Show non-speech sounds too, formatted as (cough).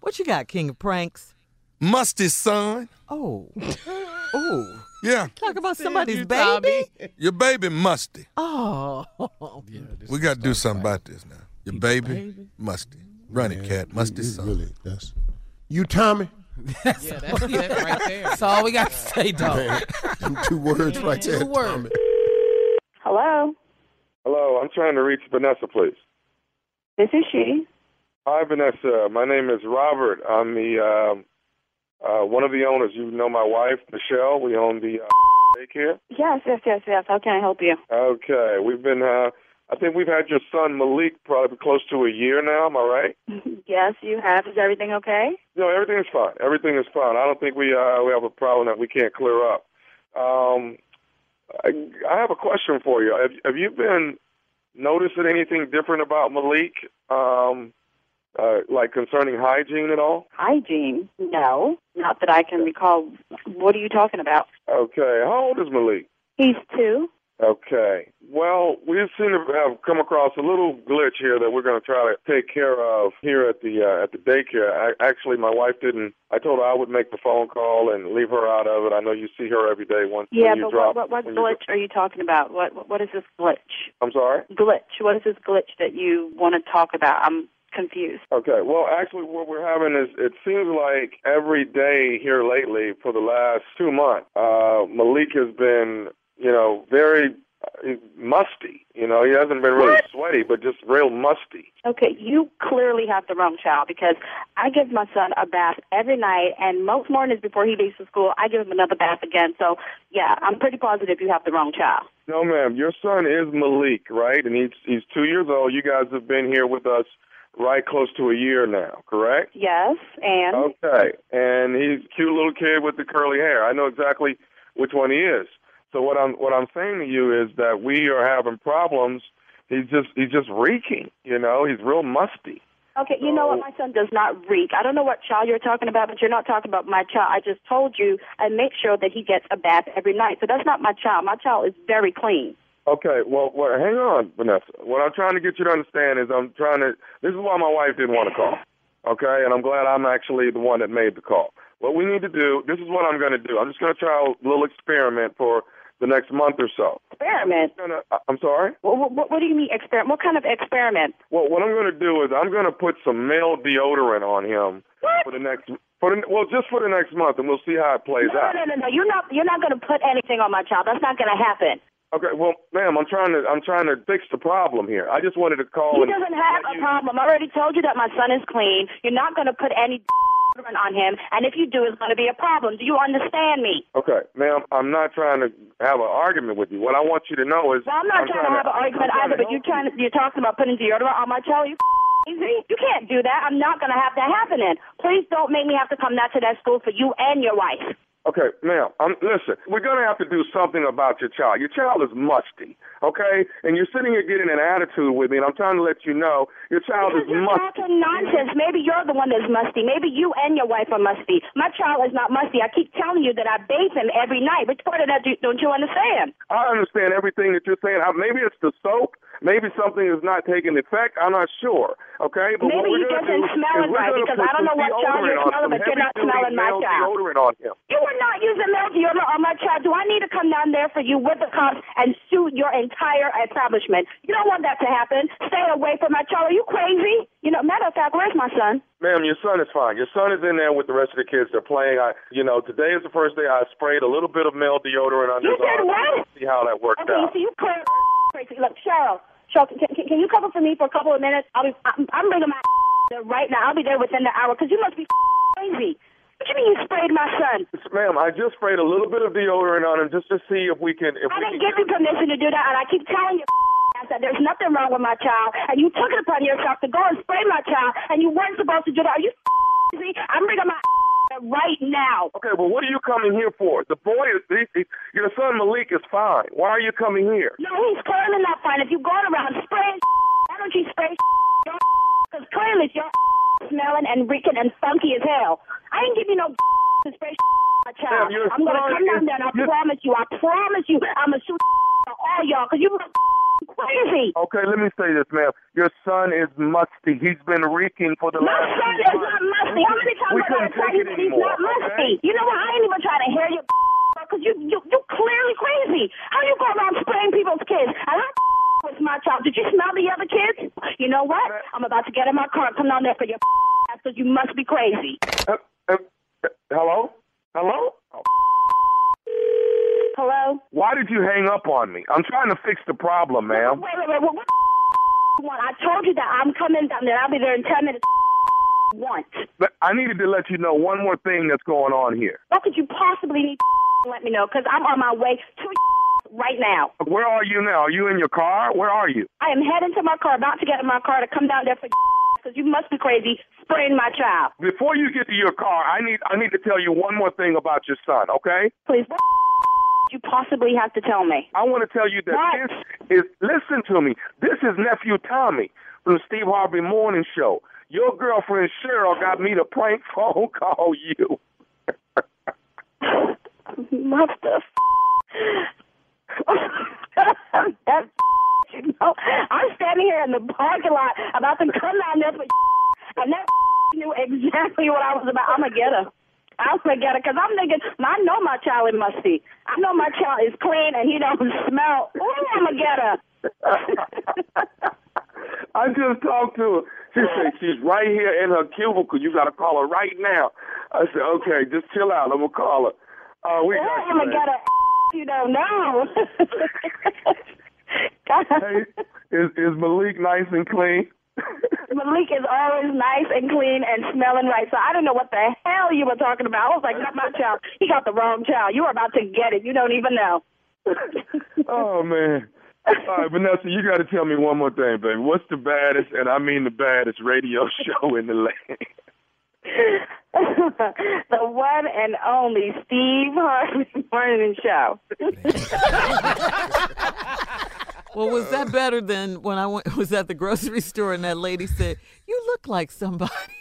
What you got, King of Pranks? Musty son. (laughs) Oh. oh. Yeah, Talk about somebody's you, baby. your baby Musty. Oh. Yeah, this We is got to starting do something fight. about this now. Your baby, Musty. Run it, cat. Musty It's son. really that's you, Tommy. Yeah, that's it right there. That's all we got to say, dog. (laughs) Them two words right there, words. Tommy. Hello, Hello, I'm trying to reach Vanessa, please. this is she. Hi, Vanessa. My name is Robert. I'm the um, uh, one of the owners. You know my wife, Michelle. We own the uh, daycare. Yes, yes, yes, yes. How can I help you? Okay, we've been. Uh, I think we've had your son Malik probably close to a year now. Am I right? (laughs) Yes, you have. Is everything okay? No, everything is fine. Everything is fine. I don't think we uh, we have a problem that we can't clear up. Um, I, I have a question for you. Have, have you been noticing anything different about Malik, um, uh, like concerning hygiene at all? Hygiene? No, not that I can recall. What are you talking about? Okay. How old is Malik? He's two. Okay. Well, we seem to have come across a little glitch here that we're going to try to take care of here at the uh, at the daycare. I, actually, my wife didn't. I told her I would make the phone call and leave her out of it. I know you see her every day. Once Yeah, when you but drop, what, what, what when you dro- glitch are you talking about? What, what what is this glitch? I'm sorry. Glitch. What is this glitch that you want to talk about? I'm confused. Okay. Well, actually, what we're having is it seems like every day here lately for the last two months, uh, Malik has been, you know, very uh, musty. You know, he hasn't been really sweaty, but just real musty. Okay, you clearly have the wrong child because I give my son a bath every night, and most mornings before he leaves for school, I give him another bath again. So, yeah, I'm pretty positive you have the wrong child. No, ma'am. Your son is Malik, right? And he's he's two years old. You guys have been here with us right close to a year now, correct? Yes, and Okay. And he's a cute little kid with the curly hair. I know exactly which one he is. So what I'm what I'm saying to you is that we are having problems. He's just he's just reeking, you know. He's real musty. Okay, you know what? My son does not reek. I don't know what child you're talking about, but you're not talking about my child. I just told you I make sure that he gets a bath every night. So that's not my child. My child is very clean. Okay, well, well, hang on, Vanessa. What I'm trying to get you to understand is I'm trying to. This is why my wife didn't want to call. Okay, and I'm glad I'm actually the one that made the call. What we need to do. This is what I'm going to do. I'm just going to try a little experiment for the next month or so. Experiment. I'm, gonna, I- I'm sorry. What, what, what do you mean experiment? What kind of experiment? Well, what I'm going to do is I'm going to put some male deodorant on him What? for the next. For the, well, just for the next month, and we'll see how it plays No, no, out. no, no, no. You're not. You're not going to put anything on my child. That's not going to happen. Okay, well, ma'am, I'm trying to I'm trying to fix the problem here. I just wanted to call. He and doesn't have a let you- problem. I already told you that my son is clean. You're not going to put any on him, and if you do, it's going to be a problem. Do you understand me? Okay, ma'am, I'm not trying to have an argument with you. What I want you to know is Well, I'm not trying to have an argument either, I'm trying but to you're help trying to, you're talking about putting deodorant on my child. You crazy? You can't do that. I'm not going to have that happening. Please don't make me have to come back to that school for you and your wife. Okay, ma'am, I'm, listen, we're going to have to do something about your child. Your child is musty, okay? And you're sitting here getting an attitude with me, and I'm trying to let you know your child Because is you're musty. talking nonsense. Maybe you're the one that's musty. Maybe you and your wife are musty. My child is not musty. I keep telling you that I bathe him every night. Which part of that do, don't you understand? I understand everything that you're saying. I, maybe it's the soap. Maybe something is not taking effect. I'm not sure. Okay, but what Maybe he we're gonna doesn't do smell it is we're right, gonna because put I don't know some what child you're deodorant on, smelling, some but you're not heavy-duty smelling my male child. Deodorant on him. You are not using male deodorant on my child. Do I need to come down there for you with the cops and sue your entire establishment? You don't want that to happen. Stay away from my child. Are you crazy? You know, matter of fact, where's my son? Ma'am, your son is fine. Your son is in there with the rest of the kids. They're playing. I, you know, today is the first day I sprayed a little bit of male deodorant on You his did arm. what? See how that worked Okay, you out. see, you clear crazy. Look, Cheryl, Cheryl, can, can, can you cover for me for a couple of minutes? I'll be, I'm, I'm bringing my (laughs) there right now. I'll be there within the hour because you must be (laughs) crazy. What do you mean you sprayed my son? Ma'am, I just sprayed a little bit of deodorant on him just to see if we can. If I we didn't can give you permission to do that, and I keep telling you (laughs) ass that there's nothing wrong with my child, and you took it upon yourself to go and spray my child, and you weren't supposed to do that. Are you (laughs) crazy? I'm bringing my (laughs) right now. Okay, well, what are you coming here for? The boy is. He, he, your son Malik is fine. Why are you coming here? No, he's clearly not fine. If you're going around spraying, (laughs) why don't you spray (laughs) because clearly you're (laughs) smelling and reeking and funky as hell. I didn't give you no (laughs) to spray my child. Ma'am, your I'm gonna son come down is- there, and I you- promise you, I promise you, I'm gonna shoot (laughs) all y'all because you're (laughs) crazy. Okay, let me say this, ma'am. Your son is musty. He's been reeking for the My last. son two is months. not musty. How many We I'm couldn't gonna tell take you it that he's anymore, not musty. okay? You know what? I ain't even trying to hear you (laughs) because you you you clearly crazy. How you go around spraying people's kids? And (laughs) I was my child. Did you smell the other kids? You know what? I'm about to get in my car and come down there for your (laughs) ass because you must be crazy. Uh, uh, uh, hello? Hello? Oh, Hello? Why did you hang up on me? I'm trying to fix the problem, ma'am. Wait, wait, wait. What, (laughs) what you want? I told you that I'm coming down there. I'll be there in ten minutes. (laughs) Want? But I needed to let you know one more thing that's going on here. What could you possibly need? (laughs) to Let me know because I'm on my way to (laughs) right now. Where are you now? Are you in your car? Where are you? I am heading to my car, about to get in my car to come down there for (laughs) because you must be crazy spraying my child. Before you get to your car, I need I need to tell you one more thing about your son, okay? Please, what (laughs) you possibly have to tell me? (laughs) I want to tell you that What? this is listen to me. This is nephew Tommy from Steve Harvey Morning Show. Your girlfriend Cheryl got me to prank (laughs) phone call you. What the f- (laughs) that (laughs) you know, I'm standing here in the parking lot about to come down there for (laughs) and that (laughs) knew exactly what I was about. I'm going to get her. I'm going to get her because I'm thinking, I know my child is musty. I know my child is clean and he don't (laughs) smell. Ooh, I'm going to get her. (laughs) I just talked to her. She said she's right here in her cubicle. You got to call her right now. I said, okay, just chill out. I'm gonna call her. Uh, we Well, got I'm gonna you, get man. a (laughs) you don't know. God, Hey, is is Malik nice and clean? Malik is always nice and clean and smelling right, so I don't know what the hell you were talking about. I was like, not my child. He got the wrong child. You were about to get it. You don't even know. (laughs) oh man. All right, Vanessa, you got to tell me one more thing, baby. What's the baddest, and I mean the baddest, radio (laughs) show in the land? the one and only Steve Harvey (laughs) Morning Show. (laughs) Well, was (laughs) that better than when I went, was at the grocery store and that lady said, "You look like somebody."